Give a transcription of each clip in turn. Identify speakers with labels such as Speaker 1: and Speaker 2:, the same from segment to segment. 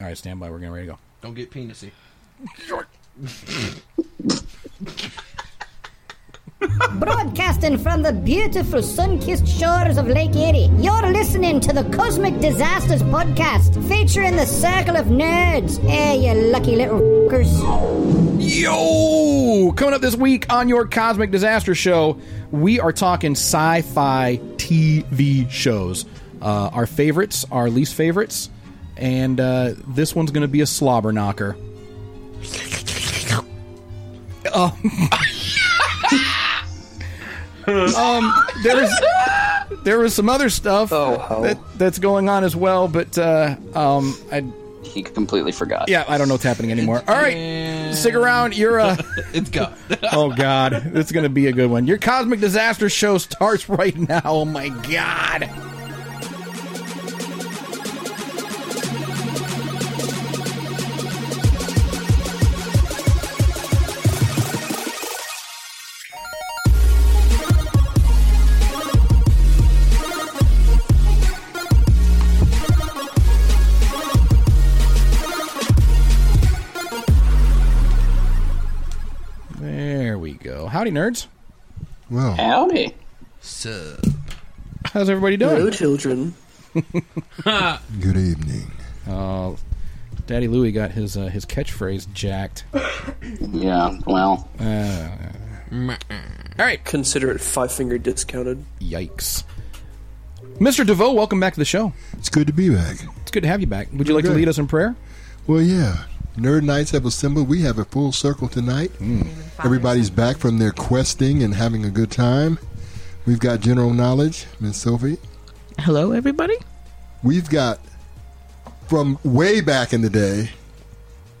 Speaker 1: All right, stand by. We're getting ready to go.
Speaker 2: Don't get penisy.
Speaker 3: Broadcasting from the beautiful sun kissed shores of Lake Erie, you're listening to the Cosmic Disasters Podcast featuring the Circle of Nerds. Hey, you lucky little fuckers.
Speaker 1: Yo! Coming up this week on your Cosmic Disaster Show, we are talking sci fi TV shows. Uh, our favorites, our least favorites, and uh, this one's going to be a slobber knocker. Um, there was there was some other stuff
Speaker 4: Oh, ho.
Speaker 1: that, that's going on as well, but uh, um, I
Speaker 4: He completely forgot.
Speaker 1: yeah, I don't know what's happening anymore. All right, stick around. You're uh,
Speaker 2: It's got.
Speaker 1: oh god, it's gonna be a good one. Your cosmic disaster show starts right now. Oh my god. There we go. Howdy, nerds.
Speaker 5: Well,
Speaker 4: Howdy.
Speaker 2: Sub.
Speaker 1: How's everybody doing?
Speaker 6: children.
Speaker 5: good evening.
Speaker 1: Daddy Louie got his uh, his catchphrase jacked. All
Speaker 4: Yeah, well,
Speaker 1: right,
Speaker 6: Consider it five finger discounted.
Speaker 1: yikes. Mr. DeVoe, welcome back to the show.
Speaker 5: It's good to be back.
Speaker 1: It's good to have you back. Would you like to
Speaker 5: Good.
Speaker 1: lead us in prayer?
Speaker 5: Well, yeah. Nerd Nights have assembled. We have a full circle tonight. Mm. Everybody's back from their questing and having a good time. We've got general knowledge, Miss Sophie.
Speaker 7: Hello, everybody.
Speaker 5: We've got from way back in the day,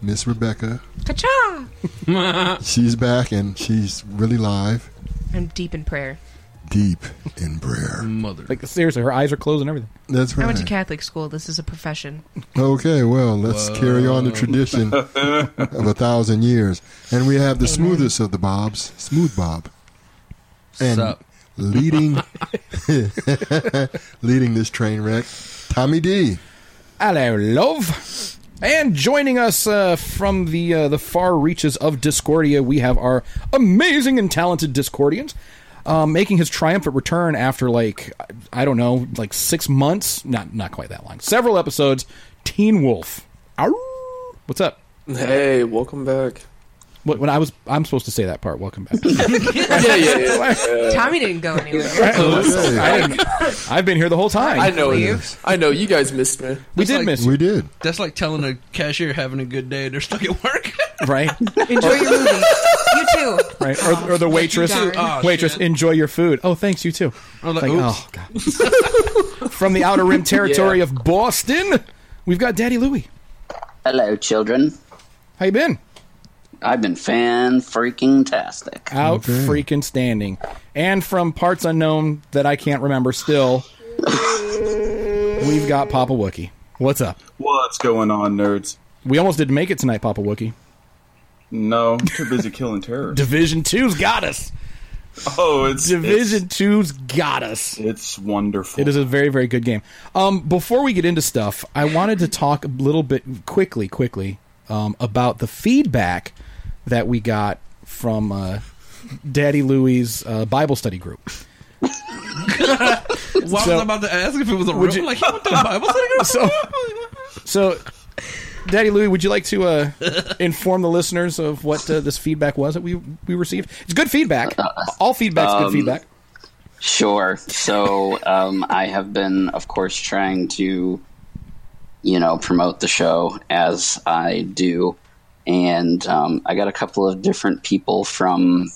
Speaker 5: Miss Rebecca.
Speaker 7: Ka-cha!
Speaker 5: She's back and she's really live,
Speaker 7: I'm deep in prayer.
Speaker 5: deep in prayer.
Speaker 2: Mother.
Speaker 1: Like seriously, her eyes are closed and everything.
Speaker 5: That's
Speaker 7: I went to
Speaker 1: Hmm.
Speaker 5: right.
Speaker 7: Catholic school. This is a profession.
Speaker 5: Okay, well, let's carry on the tradition of a thousand years. And we have the smoothest of the bobs, Smooth Bob. And
Speaker 2: Sup.
Speaker 5: leading leading this train wreck, Tommy D.
Speaker 1: Hello, love. And joining us uh, from the uh, the far reaches of Discordia, we have our amazing and talented Discordians, um, making his triumphant return after like I I don't know, like six months, not not quite that long, several episodes. Teen Wolf, Ow. what's up?
Speaker 6: Hey, welcome back.
Speaker 1: What, when I was, I'm supposed to say that part. Welcome back.
Speaker 6: yeah, yeah, yeah.
Speaker 7: Tommy didn't go anywhere.
Speaker 5: Okay,
Speaker 1: I didn't, I've been here the whole time.
Speaker 6: I know it is. I know you guys missed me.
Speaker 1: we did
Speaker 2: like-
Speaker 1: miss you,
Speaker 5: we did.
Speaker 2: That's like telling a cashier having a good day and they're stuck at work.
Speaker 1: right?
Speaker 7: Enjoy your movie. You too.
Speaker 1: Right? Or, or the waitress,
Speaker 7: darn.
Speaker 2: Oh,
Speaker 1: waitress,
Speaker 2: shit.
Speaker 1: enjoy your food. Oh, thanks, you too.
Speaker 2: I'm like,
Speaker 1: Like,
Speaker 2: oops.
Speaker 1: oh, God. From the Outer Rim territory
Speaker 6: Yeah.
Speaker 1: of Boston, we've got Daddy Louie.
Speaker 4: hello, children.
Speaker 1: How you been?
Speaker 4: I've been fan freaking tastic.
Speaker 1: Out freaking standing. And from parts unknown that I can't remember still, we've got Papa Wookie. What's up?
Speaker 8: What's going on, nerds?
Speaker 1: We almost didn't make it tonight, Papa Wookie.
Speaker 8: No, too busy killing terror.
Speaker 1: Division Two's got us.
Speaker 8: Oh, it's
Speaker 1: Division Two's got us.
Speaker 8: It's, it's wonderful.
Speaker 1: It is a very, very good game. Um, before we get into stuff, I wanted to talk a little bit quickly, quickly um, about the feedback that we got from uh, Daddy Louie's uh, Bible study group.
Speaker 2: Why was I about to ask if it was a
Speaker 1: Would
Speaker 2: real?
Speaker 1: you-
Speaker 2: like, what the Bible study group?
Speaker 1: So, so Daddy Louie, would you like to uh, inform the listeners of what uh, this feedback was that we we received? It's good feedback. All feedback's good feedback.
Speaker 4: Sure. So, um, I have been, of course, trying to, you know, promote the show as I do. And um, I got a couple of different people from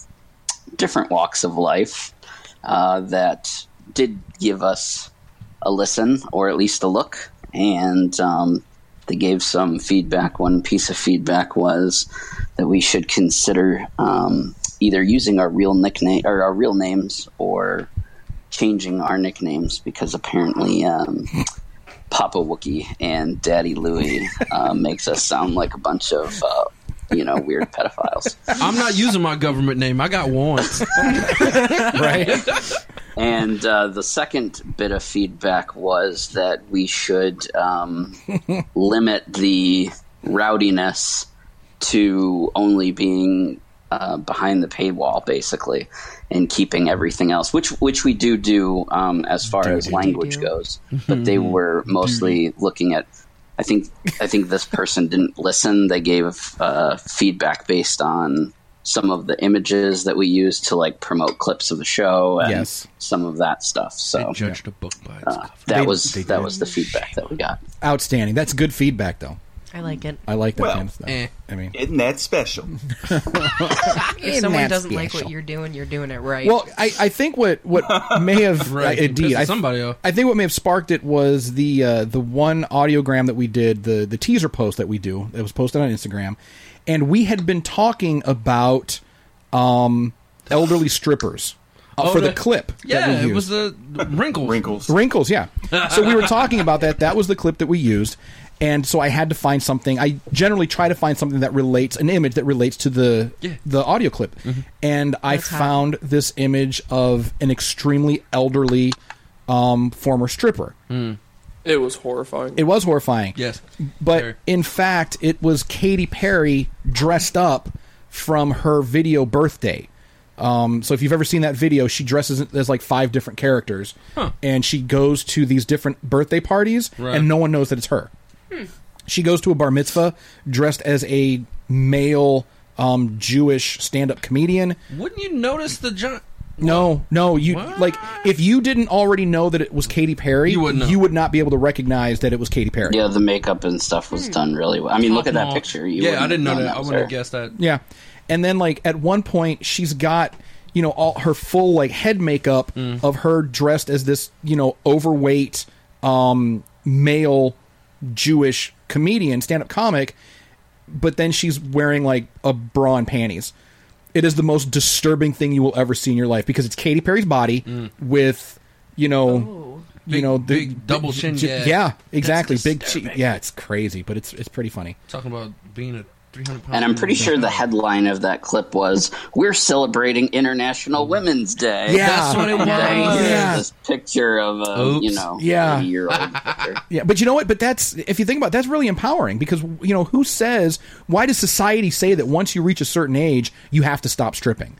Speaker 4: different walks of life uh, that did give us a listen or at least a look. And um, they gave some feedback. One piece of feedback was that we should consider um, either using our real nickname or our real names or changing our nicknames because apparently um, Papa Wookie and Daddy Louie uh, makes us sound like a bunch of uh, you know weird pedophiles.
Speaker 2: I'm not using my government name. I got one.
Speaker 1: Right?
Speaker 4: And uh, the second bit of feedback was that we should um, limit the rowdiness to only being uh, behind the paywall, basically, and keeping everything else, which which we do do um, as far as language goes. But they were mostly looking at. I think I think this person didn't listen. They gave uh, feedback based on some of the images that we use to like promote clips of the show and
Speaker 1: Yes.
Speaker 4: some of that stuff. So
Speaker 2: I judged a book by its cover.
Speaker 4: that
Speaker 1: They-
Speaker 4: was
Speaker 1: they
Speaker 4: that
Speaker 1: did.
Speaker 4: was the feedback that we got.
Speaker 1: Outstanding. That's good feedback, though.
Speaker 7: I like it.
Speaker 1: I like that
Speaker 8: Well,
Speaker 1: kind of stuff.
Speaker 2: eh.
Speaker 1: I mean,
Speaker 8: Isn't that special?
Speaker 7: If
Speaker 1: Isn't
Speaker 7: someone
Speaker 1: that
Speaker 7: doesn't like what
Speaker 1: special?
Speaker 7: you're doing, you're doing it right.
Speaker 1: well, I, I think what what may have
Speaker 2: Right,
Speaker 1: I- indeed
Speaker 2: pisses
Speaker 1: I,
Speaker 2: somebody off.
Speaker 1: I think what may have sparked it was the uh, the one audiogram that we did the the teaser post that we do that was posted on Instagram, and we had been talking about um, elderly strippers uh,
Speaker 2: Oh,
Speaker 1: for the,
Speaker 2: the-
Speaker 1: clip. that we
Speaker 2: Yeah, it
Speaker 1: used.
Speaker 2: was the the wrinkles.
Speaker 8: Wrinkles.
Speaker 1: Wrinkles, yeah. So we were talking about that. That was the clip that we used. And so I had to find something. I generally try to find something that relates an image that relates to the
Speaker 2: Yeah.
Speaker 1: the audio clip. And I
Speaker 7: That's hot.
Speaker 1: found this image of an extremely elderly um, former stripper.
Speaker 6: It was horrifying.
Speaker 1: It was horrifying.
Speaker 2: Yes.
Speaker 1: But
Speaker 2: Sure.
Speaker 1: in fact, it was Katy Perry dressed up from her video birthday. Um, so if you've ever seen that video, she dresses as like five different characters, and she goes to these different birthday parties,
Speaker 2: Right. Hmm.
Speaker 1: and no one knows that it's her. She goes to a bar mitzvah dressed as a male um, Jewish stand-up comedian.
Speaker 2: Wouldn't you notice the giant?
Speaker 1: No, no, you
Speaker 2: What?
Speaker 1: like if you didn't already know that it was Katy Perry,
Speaker 2: You wouldn't know.
Speaker 1: you would not be able to recognize that it was Katy Perry.
Speaker 4: Yeah, the makeup and stuff was done really well. I mean, look at that
Speaker 2: Well,
Speaker 4: picture. You
Speaker 2: yeah,
Speaker 4: wouldn't
Speaker 2: I didn't know
Speaker 4: have known
Speaker 2: that. I
Speaker 4: was
Speaker 2: wouldn't have
Speaker 4: her.
Speaker 2: guessed that.
Speaker 1: Yeah. And then like at one point she's got you know all her full like head makeup
Speaker 2: Mm.
Speaker 1: of her dressed as this, you know, overweight um male Jewish comedian, stand-up comic, but then she's wearing like a bra and panties. It is the most disturbing thing you will ever see in your life because it's Katy Perry's body with you know you
Speaker 2: Mm. Big-
Speaker 1: know the
Speaker 2: big double chin, yeah.
Speaker 1: exactly. Big cheek. Yeah, it's crazy, but it's it's pretty funny.
Speaker 2: Talking about being a 300 pound.
Speaker 4: And I'm pretty sure the headline of that clip was "We're celebrating International Women's Day."
Speaker 1: Yeah.
Speaker 2: That's what it was.
Speaker 4: Dang, there's
Speaker 1: Yeah.
Speaker 4: this picture of a
Speaker 2: Oops.
Speaker 4: you know
Speaker 1: Yeah.
Speaker 4: year old picture.
Speaker 1: Yeah, but you know what? But that's if you think about it, that's really empowering because you know who says why does society say that once you reach a certain age you have to stop stripping?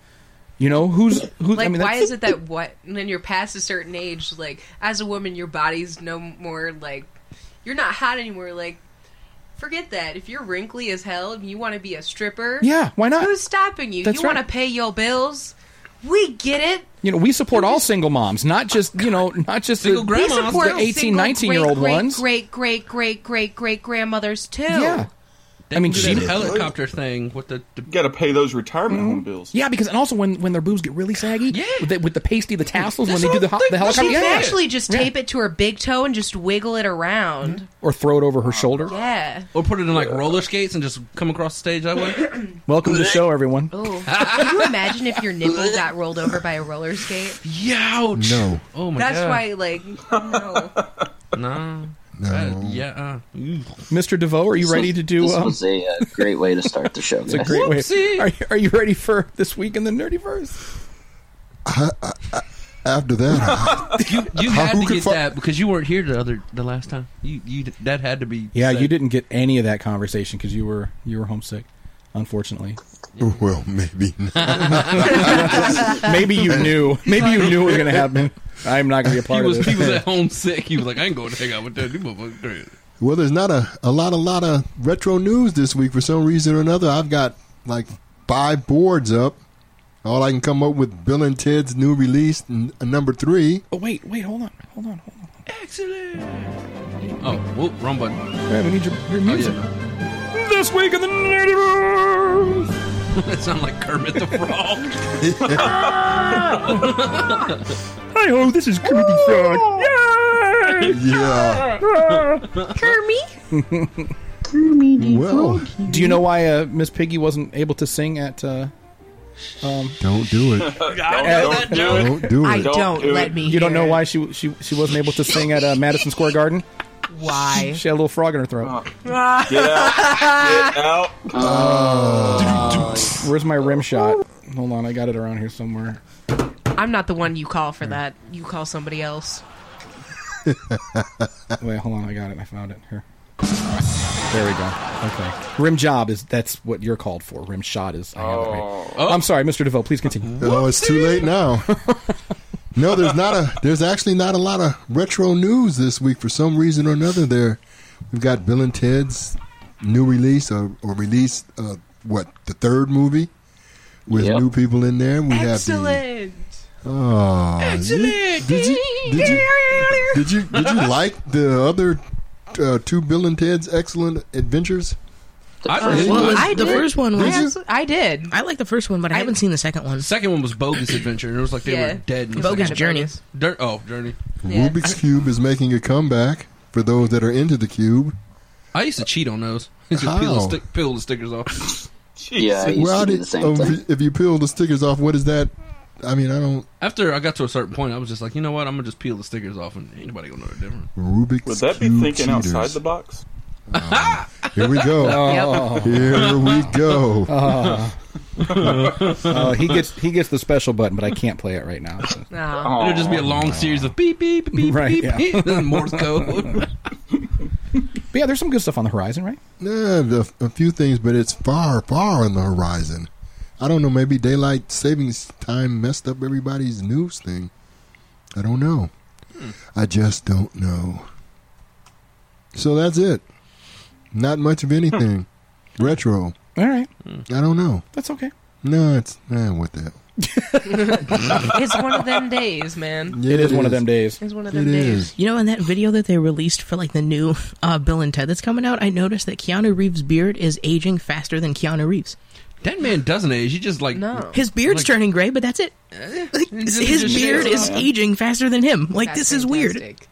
Speaker 1: You know who's who?
Speaker 7: Like,
Speaker 1: I mean,
Speaker 7: why
Speaker 1: that's-
Speaker 7: is it that what when you're past a certain age, like as a woman, your body's no more like you're not hot anymore. Like, forget that. If you're wrinkly as hell and you want to be a stripper,
Speaker 1: Yeah, why not?
Speaker 7: Who's stopping you?
Speaker 1: That's
Speaker 7: you want
Speaker 1: right.
Speaker 7: to pay your bills? We get it.
Speaker 1: You know, we support all single moms, not just you know, not just
Speaker 2: Single
Speaker 1: the,
Speaker 2: grandmas.
Speaker 7: We support
Speaker 1: the 18,
Speaker 7: single
Speaker 1: 19 year old
Speaker 7: great,
Speaker 1: ones.
Speaker 7: Great, great, great, great, great grandmothers too.
Speaker 1: Yeah, I mean,
Speaker 2: she
Speaker 1: she,
Speaker 2: helicopter thing with the, the
Speaker 8: You got to pay those retirement home bills.
Speaker 1: yeah, because and also when when their boobs get really saggy,
Speaker 2: Yeah.
Speaker 1: with the, with the pasty, the tassels when
Speaker 2: That's
Speaker 1: they do
Speaker 2: what
Speaker 1: the,
Speaker 2: I'm
Speaker 1: ho- the
Speaker 2: thinking.
Speaker 1: helicopter,
Speaker 7: She
Speaker 1: yeah,
Speaker 7: can
Speaker 1: yeah.
Speaker 7: actually just tape it to her big toe and just wiggle it around.
Speaker 1: or throw it over her shoulder.
Speaker 7: Yeah.
Speaker 2: or put it in like roller skates and just come across the stage that way.
Speaker 1: Welcome to the show, everyone.
Speaker 7: Oh, can you imagine if your nipple got rolled over by a roller skate?
Speaker 2: Youch.
Speaker 5: No.
Speaker 2: Oh my
Speaker 7: That's
Speaker 2: god.
Speaker 7: why, like, no.
Speaker 2: No.
Speaker 5: No.
Speaker 2: Uh, yeah. Uh, ooh.
Speaker 1: Mr. DeVoe, are you
Speaker 4: This
Speaker 1: ready
Speaker 4: was-
Speaker 1: to do?
Speaker 4: This
Speaker 1: Um,
Speaker 4: was a uh, great way to start the show. guys.
Speaker 1: great way.
Speaker 2: Whoopsie.
Speaker 1: Are, are you ready for this week in the Nerdyverse?
Speaker 5: After that,
Speaker 2: You, you
Speaker 5: How-
Speaker 2: had
Speaker 5: who
Speaker 2: to
Speaker 5: could
Speaker 2: get
Speaker 5: fi-
Speaker 2: that because you weren't here the other the last time. You you that had to be.
Speaker 1: Yeah,
Speaker 2: said.
Speaker 1: you didn't get any of that conversation because you were you were homesick, unfortunately.
Speaker 5: well, maybe not.
Speaker 1: Maybe you knew. Maybe you knew it was going to happen. I'm not going to be a
Speaker 2: He
Speaker 1: part
Speaker 2: was
Speaker 1: of
Speaker 2: he
Speaker 1: this.
Speaker 2: was at home sick. He was like, I ain't going to hang out with that. You motherfucker crazy.
Speaker 5: Well, there's not a, a lot, a lot of retro news this week for some reason or another. I've got like five boards up. All I can come up with Bill and Ted's new release, n- number three.
Speaker 1: oh wait, wait, hold on, hold on, hold on.
Speaker 2: Excellent. Oh, whoop, wrong button.
Speaker 1: All right, we need your, your music. This week in the Nerdiverse.
Speaker 2: That sounded like Kermit the Frog.
Speaker 1: Hi ho, this is Kermit the Frog. Yay!
Speaker 5: Yeah. Well,
Speaker 1: Do you know why uh, Miss Piggy wasn't able to sing at? Uh,
Speaker 5: don't do it.
Speaker 8: Don't, don't do it.
Speaker 5: Don't do
Speaker 7: I
Speaker 5: it.
Speaker 7: don't,
Speaker 8: Don't do
Speaker 7: let
Speaker 8: it.
Speaker 7: me.
Speaker 1: you don't
Speaker 7: hear
Speaker 1: know
Speaker 7: it.
Speaker 1: why she she she wasn't able to sing at uh, Madison Square Garden.
Speaker 7: Why?
Speaker 1: She had a little frog in her throat.
Speaker 8: Get out. Get out.
Speaker 1: Where's my rim shot? Hold on, I got it around here somewhere.
Speaker 7: I'm not the one you call for that. You call somebody else.
Speaker 1: Wait, hold on. I got it. I found it. Here. There we go. Okay. Rim job is that's what you're called for. Rim shot is. I have it right. I'm sorry, Mr. DeVoe. Please continue.
Speaker 5: Oh, it's too late now. no, there's not a. There's actually not a lot of retro news this week for some reason or another. There, we've got Bill and Ted's new release or, or release. Uh, what the third movie with
Speaker 4: Yep.
Speaker 5: new people in there. We have
Speaker 7: Excellent.
Speaker 5: the. Oh,
Speaker 7: Excellent.
Speaker 5: Did you, did you did you did you like the other uh, two Bill and Ted's Excellent Adventures?
Speaker 4: The
Speaker 2: I-
Speaker 4: first
Speaker 9: What
Speaker 4: one.
Speaker 9: was
Speaker 7: I
Speaker 9: the
Speaker 7: did.
Speaker 9: first one?
Speaker 7: I,
Speaker 9: Was,
Speaker 7: abso- I did.
Speaker 9: I like the first one, but I, haven't seen the second one.
Speaker 2: Second one was Bogus Adventure, and it was like they
Speaker 7: Yeah.
Speaker 2: were dead. in the
Speaker 9: Bogus
Speaker 2: second-
Speaker 9: Journey.
Speaker 7: bogus.
Speaker 2: Dirt, oh, Journey.
Speaker 7: Yeah.
Speaker 5: Rubik's Cube is making a comeback for those that are into the cube.
Speaker 2: I used to cheat on those. Just peel, the
Speaker 5: How?
Speaker 2: stick, peel the stickers off.
Speaker 4: Yeah, I used
Speaker 5: Well, I
Speaker 4: to do
Speaker 5: did-
Speaker 4: the same
Speaker 5: um,
Speaker 4: thing.
Speaker 5: If you peel the stickers off, what is that? I mean, I don't.
Speaker 2: After I got to a certain point, I was just like, you know what? I'm gonna just peel the stickers off, and ain't nobody gonna know the difference.
Speaker 5: Rubik's
Speaker 8: Would that be
Speaker 5: Cube
Speaker 8: thinking
Speaker 5: cheaters.
Speaker 8: outside the box?
Speaker 5: Here we go.
Speaker 1: Oh,
Speaker 5: Here we go.
Speaker 1: uh, he gets he gets the special button, but I can't play it right now. So.
Speaker 7: Aw.
Speaker 2: It'll just be a long series of beep beep beep beep
Speaker 1: Right,
Speaker 2: beep,
Speaker 1: yeah.
Speaker 2: beep, then Morse code.
Speaker 1: But yeah, there's some good stuff on the horizon, right?
Speaker 5: Yeah, the- a few things, but it's far, far on the horizon. I don't know. Maybe daylight savings time messed up everybody's news thing. I don't know.
Speaker 4: Hmm.
Speaker 5: I just don't know. So that's it. Not much of anything.
Speaker 4: Hmm.
Speaker 5: Retro.
Speaker 1: All right,
Speaker 5: I don't know.
Speaker 1: that's okay.
Speaker 5: No, it's eh, what the hell.
Speaker 7: It's one of them days, man.
Speaker 1: it is, one of them days.
Speaker 7: It's one of
Speaker 5: It
Speaker 7: them days.
Speaker 5: is.
Speaker 9: You know, in that video that they released for like the new uh, Bill and Ted that's coming out, I noticed that Keanu Reeves' beard is aging faster than Keanu Reeves.
Speaker 2: That man doesn't age. He just like
Speaker 7: No.
Speaker 9: His beard's
Speaker 2: Like-
Speaker 9: turning gray, but that's it. Like,
Speaker 2: just-
Speaker 9: his
Speaker 2: just
Speaker 9: beard
Speaker 2: shit.
Speaker 9: is aging faster than him. Like
Speaker 7: That's
Speaker 9: this is weird.
Speaker 7: fantastic.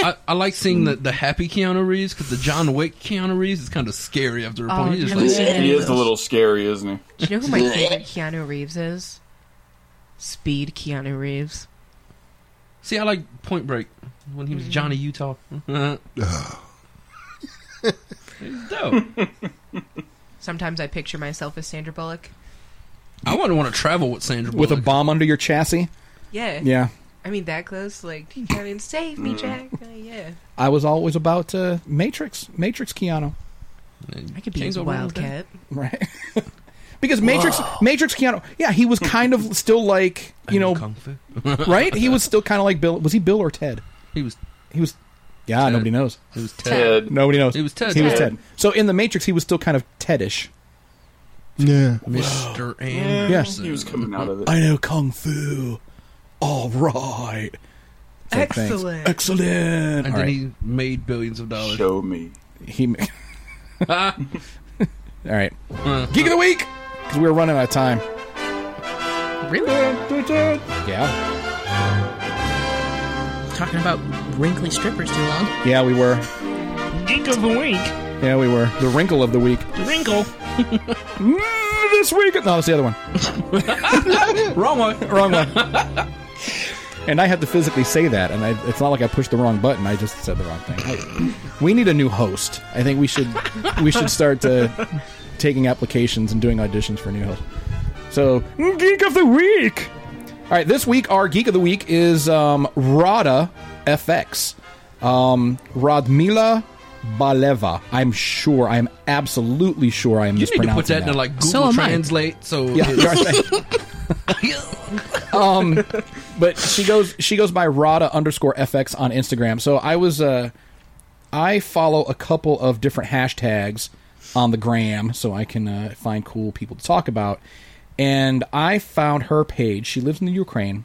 Speaker 2: I, I like seeing the, the happy Keanu Reeves because the John Wick Keanu Reeves is kind of scary after a
Speaker 7: Oh,
Speaker 2: point. He's
Speaker 7: have you
Speaker 2: just
Speaker 7: seen
Speaker 2: like,
Speaker 7: Yeah,
Speaker 8: he
Speaker 7: he
Speaker 8: is a
Speaker 7: is.
Speaker 8: little scary, isn't he?
Speaker 7: Do you know who my favorite Keanu Reeves is? Speed Keanu Reeves.
Speaker 2: see, I like Point Break when he was
Speaker 9: Mm-hmm.
Speaker 2: Johnny Utah. He's dope.
Speaker 7: Sometimes I picture myself as Sandra Bullock.
Speaker 2: I wouldn't want to travel with Sandra
Speaker 1: With a
Speaker 2: Bullock.
Speaker 1: bomb under your chassis.
Speaker 7: Yeah.
Speaker 1: Yeah,
Speaker 7: I mean, that close. Like, you come and save me, Jack. Uh, yeah.
Speaker 1: I was always about uh, Matrix, Matrix Keanu,
Speaker 7: I could be
Speaker 2: Can't
Speaker 7: his
Speaker 2: go wrong with that.
Speaker 7: wildcat.
Speaker 1: right? because Matrix, Matrix Keanu, yeah, he was kind of still like you know,
Speaker 2: Kung Fu.
Speaker 1: right? He was still kind of like Bill. Was he Bill or Ted?
Speaker 2: He was
Speaker 1: He was. Yeah, nobody knows.
Speaker 2: he was Ted.
Speaker 8: Ted.
Speaker 1: Nobody knows.
Speaker 2: He was Ted.
Speaker 1: He was
Speaker 8: Ted.
Speaker 1: Ted. So in the Matrix, he was still kind of Tedish.
Speaker 5: Yeah.
Speaker 2: Mr.
Speaker 8: Yeah,
Speaker 1: Yes.
Speaker 8: Eh,
Speaker 2: Anderson.
Speaker 8: he was coming out of it.
Speaker 1: I know kung fu. All right. Said thanks.
Speaker 7: Excellent.
Speaker 1: Excellent.
Speaker 2: And
Speaker 1: All
Speaker 2: then
Speaker 1: right.
Speaker 2: he made billions of dollars.
Speaker 8: Show me.
Speaker 1: He. ma- All right.
Speaker 2: Uh.
Speaker 1: Geek of the week. Because we were running out of time.
Speaker 9: Really?
Speaker 1: Yeah.
Speaker 9: Talking about wrinkly strippers too long.
Speaker 1: Yeah, we were.
Speaker 9: Geek of the week.
Speaker 1: Yeah, we were. The wrinkle of the week.
Speaker 9: Wrinkle.
Speaker 1: Mm, This week. No, that's the other one.
Speaker 2: Wrong one.
Speaker 1: Wrong one. and I had to physically say that, and I, it's not like I pushed the wrong button. I just said the wrong thing. I- we need a new host. I think we should we should start uh, taking applications and doing auditions for new hosts. So, geek of the week. All right, this week our geek of the week is um, Rada FX, um, Radmila Baleva. I'm sure. I'm absolutely sure. I am
Speaker 2: You need to
Speaker 1: mispronouncing
Speaker 2: put that, in like
Speaker 9: So
Speaker 2: Google
Speaker 9: am I.
Speaker 2: Translate. So
Speaker 1: yeah,
Speaker 2: it's-
Speaker 1: um, but she goes she goes by Rada underscore FX on Instagram. So I was uh, I follow a couple of different hashtags on the gram, so I can uh, find cool people to talk about. And I found her page. She lives in the Ukraine,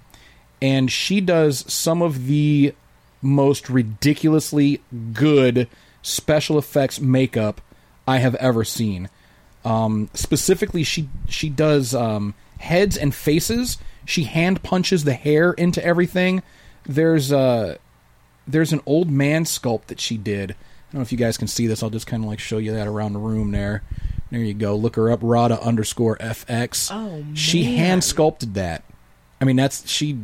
Speaker 1: and she does some of the most ridiculously good special effects makeup I have ever seen um, specifically she she does um, heads and faces she hand punches the hair into everything there's uh there's an old man sculpt that she did i don't know if you guys can see this i'll just kind of like show you that around the room there there you go look her up rada underscore fx
Speaker 7: Oh,
Speaker 1: she
Speaker 7: man.
Speaker 1: hand sculpted that i mean that's she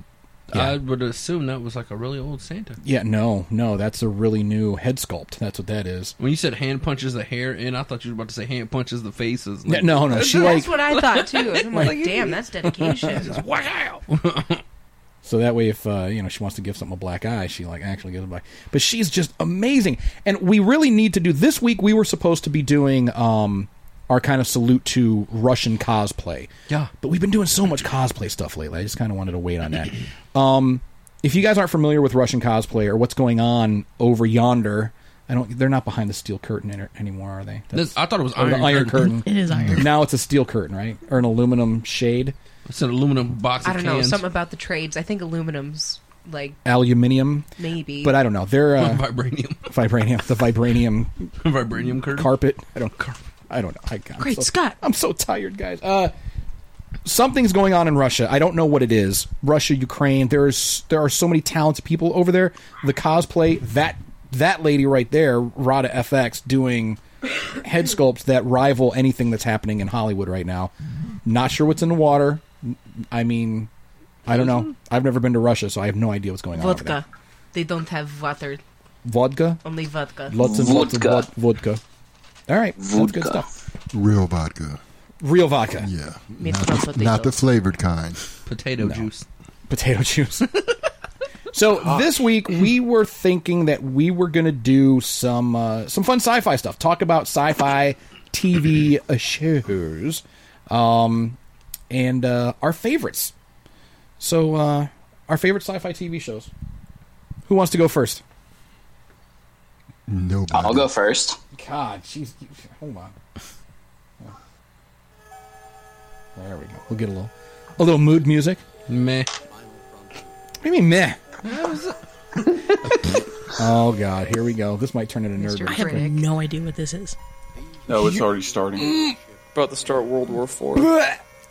Speaker 2: I would assume that was like a really old Santa.
Speaker 1: Yeah, no, no, that's a really new head sculpt. That's what that is.
Speaker 2: When you said hand punches the hair in, I thought you were about to say hand punches the faces.
Speaker 1: No, no, no, she like
Speaker 7: That's what I thought too. I'm like, damn, that's dedication.
Speaker 1: so that way if uh, you know she wants to give something a black eye, she like actually gives a black. But she's just amazing, and we really need to do this week. We were supposed to be doing um our kind of salute to Russian cosplay.
Speaker 2: Yeah.
Speaker 1: but we've been doing so much cosplay stuff lately. I just kind of wanted to wait on that. Um, if you guys aren't familiar with Russian cosplay or what's going on over yonder, I don't. They're not behind the steel curtain any- anymore, are they?
Speaker 2: This- I thought it was
Speaker 1: or
Speaker 2: iron,
Speaker 1: the iron
Speaker 2: curtain.
Speaker 1: curtain.
Speaker 9: It is iron.
Speaker 1: now it's a steel curtain, right? Or an aluminum shade,
Speaker 2: It's an aluminum box.
Speaker 7: I
Speaker 2: of
Speaker 7: don't know
Speaker 2: cans.
Speaker 7: something about the trades. I think aluminum's like
Speaker 1: aluminium.
Speaker 7: maybe,
Speaker 1: But I don't know. They're uh,
Speaker 2: vibranium,
Speaker 1: vibranium, the vibranium
Speaker 2: vibranium curtain.
Speaker 1: carpet. I don't. I don't know. I, I'm
Speaker 9: Great
Speaker 1: so,
Speaker 9: Scott.
Speaker 1: I'm so tired, guys. Uh, something's going on in Russia. I don't know what it is. Russia, Ukraine. There's there are so many talented people over there. The cosplay that that lady right there, Rada FX, doing head sculpts that rival anything that's happening in Hollywood right now. Not sure what's in the water. I mean, I don't know. I've never been to Russia, so I have no idea what's going on. over
Speaker 7: vodka. They don't have
Speaker 1: there.
Speaker 7: water,
Speaker 1: Vodka.
Speaker 7: only vodka.
Speaker 1: Lots and lots of
Speaker 4: Vodka.
Speaker 1: vod- vodka. All right, sounds good
Speaker 4: Vodka.
Speaker 1: stuff.
Speaker 5: Real vodka.
Speaker 1: Real vodka,
Speaker 5: Yeah.
Speaker 7: Made
Speaker 5: Not
Speaker 7: from
Speaker 5: the,
Speaker 7: potato.
Speaker 5: not the flavored kind.
Speaker 2: potato juice.
Speaker 1: potato juice. so this week we were thinking that we were going to do some uh, some fun sci-fi stuff. Talk about sci-fi TV shows, um, and uh, our favorites. So uh, our favorite sci-fi TV shows. Who wants to go first?
Speaker 5: Nobody.
Speaker 4: I'll go first.
Speaker 1: God, jeez, you- hold on. There we go. We'll get a little, a little mood music.
Speaker 2: Meh.
Speaker 1: What do you mean, meh? oh God, here we go. This might turn into nerd.
Speaker 9: I have
Speaker 7: Critic.
Speaker 9: no idea what this is.
Speaker 8: No, it's already starting.
Speaker 6: About to start World War Four.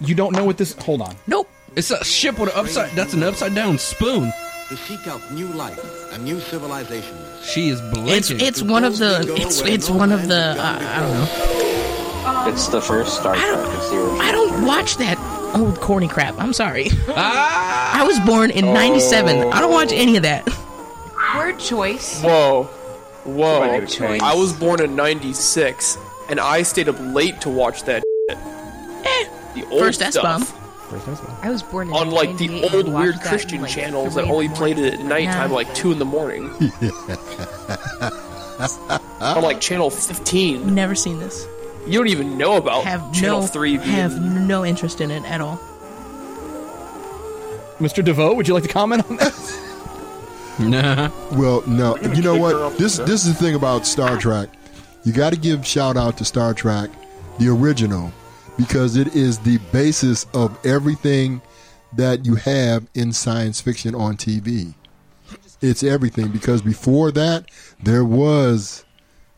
Speaker 1: You don't know what this? Hold on.
Speaker 2: Nope. It's a ship with an upside. That's an upside down spoon.
Speaker 10: to seek out new life and new civilizations.
Speaker 2: She is
Speaker 9: It's
Speaker 2: blinking.
Speaker 9: it's one of the it's it's one of the uh, I don't know.
Speaker 4: It's the first Star Trek. It's the original.
Speaker 9: I don't watch that old corny crap. I'm sorry.
Speaker 2: ah!
Speaker 9: I was born in '97. I don't watch any of that.
Speaker 7: Word choice.
Speaker 6: Whoa,
Speaker 8: Somebody
Speaker 6: whoa!
Speaker 8: get a cane.
Speaker 6: I was born in '96, and I stayed up late to watch that. shit. The old
Speaker 9: First S bomb.
Speaker 6: stuff.
Speaker 7: I was born in
Speaker 6: On like the
Speaker 7: 98
Speaker 6: old
Speaker 7: and watched
Speaker 6: weird
Speaker 7: that in,
Speaker 6: Christian
Speaker 7: like,
Speaker 6: channels
Speaker 7: three
Speaker 6: that
Speaker 7: in the
Speaker 6: only played it at
Speaker 7: morning.
Speaker 6: nighttime,
Speaker 7: Yeah.
Speaker 6: like two in the morning. on like channel 15.
Speaker 9: Never seen this.
Speaker 6: You don't even know about
Speaker 9: Have
Speaker 6: channel
Speaker 9: no
Speaker 6: 3. being-
Speaker 9: have no interest in it at all.
Speaker 1: Mr. DeVoe, would you like to comment on that?
Speaker 2: Nah.
Speaker 5: Well, no, you know
Speaker 6: kick her off
Speaker 5: what?
Speaker 6: the
Speaker 5: This
Speaker 6: set.
Speaker 5: this is the thing about Star Trek. You got to give shout out to Star Trek, the original, because it is the basis of everything that you have in science fiction on TV. It's everything because before that there was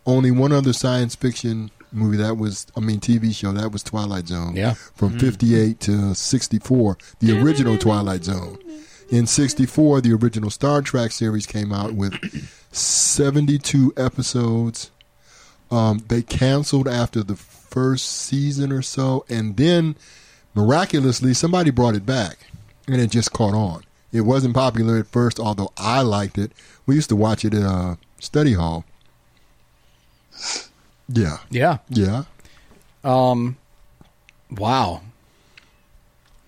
Speaker 5: only one other science fiction movie that was I mean TV show that was Twilight Zone.
Speaker 1: Yeah.
Speaker 5: From 58 to 64, the original Twilight Zone. In 64, the original Star Trek series came out with 72 episodes. Um, they canceled after the first season or so, and then miraculously, somebody brought it back, and it just caught on. It wasn't popular at first, although I liked it. We used to watch it at a study hall. Yeah,
Speaker 1: Yeah.
Speaker 5: yeah.
Speaker 1: Wow.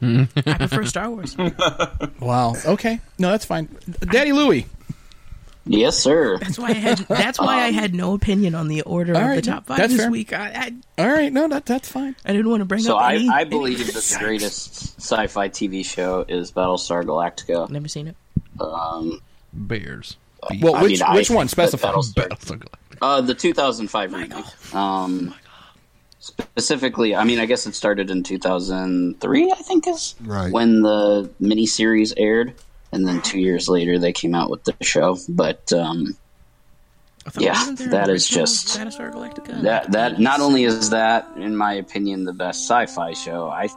Speaker 9: I prefer Star Wars.
Speaker 1: Wow. Okay. No, that's fine. Daddy Louie.
Speaker 4: Yes, sir.
Speaker 9: That's why I had that's why I had no opinion on the order
Speaker 1: All
Speaker 9: of the
Speaker 1: right,
Speaker 9: top five
Speaker 1: that's
Speaker 9: this
Speaker 1: fair.
Speaker 9: week. I, I
Speaker 1: All right. No, that that's fine.
Speaker 9: I didn't want to bring
Speaker 4: So
Speaker 9: up
Speaker 4: I,
Speaker 9: any.
Speaker 4: I
Speaker 9: any-
Speaker 4: believe that the greatest sci-fi TV show is Battlestar Galactica.
Speaker 9: Never seen it.
Speaker 2: Bears. Beef.
Speaker 1: Well,
Speaker 4: I
Speaker 1: which
Speaker 4: mean, I
Speaker 1: which one?
Speaker 4: think that
Speaker 1: Specify.
Speaker 4: that'll-
Speaker 2: Battlestar Galactica.
Speaker 4: Uh, the 2005 remake.
Speaker 9: Oh
Speaker 4: Um, specifically, I mean, I guess it started in 2003. I think is
Speaker 5: Right.
Speaker 4: when the miniseries aired, and then two years later they came out with the show. But um,
Speaker 9: I thought,
Speaker 4: Yeah,
Speaker 9: wasn't there
Speaker 4: that
Speaker 9: an
Speaker 4: is
Speaker 9: original
Speaker 4: just-
Speaker 9: Battlestar Galactica.
Speaker 4: that that not only is that, in my opinion, the best sci-fi show. I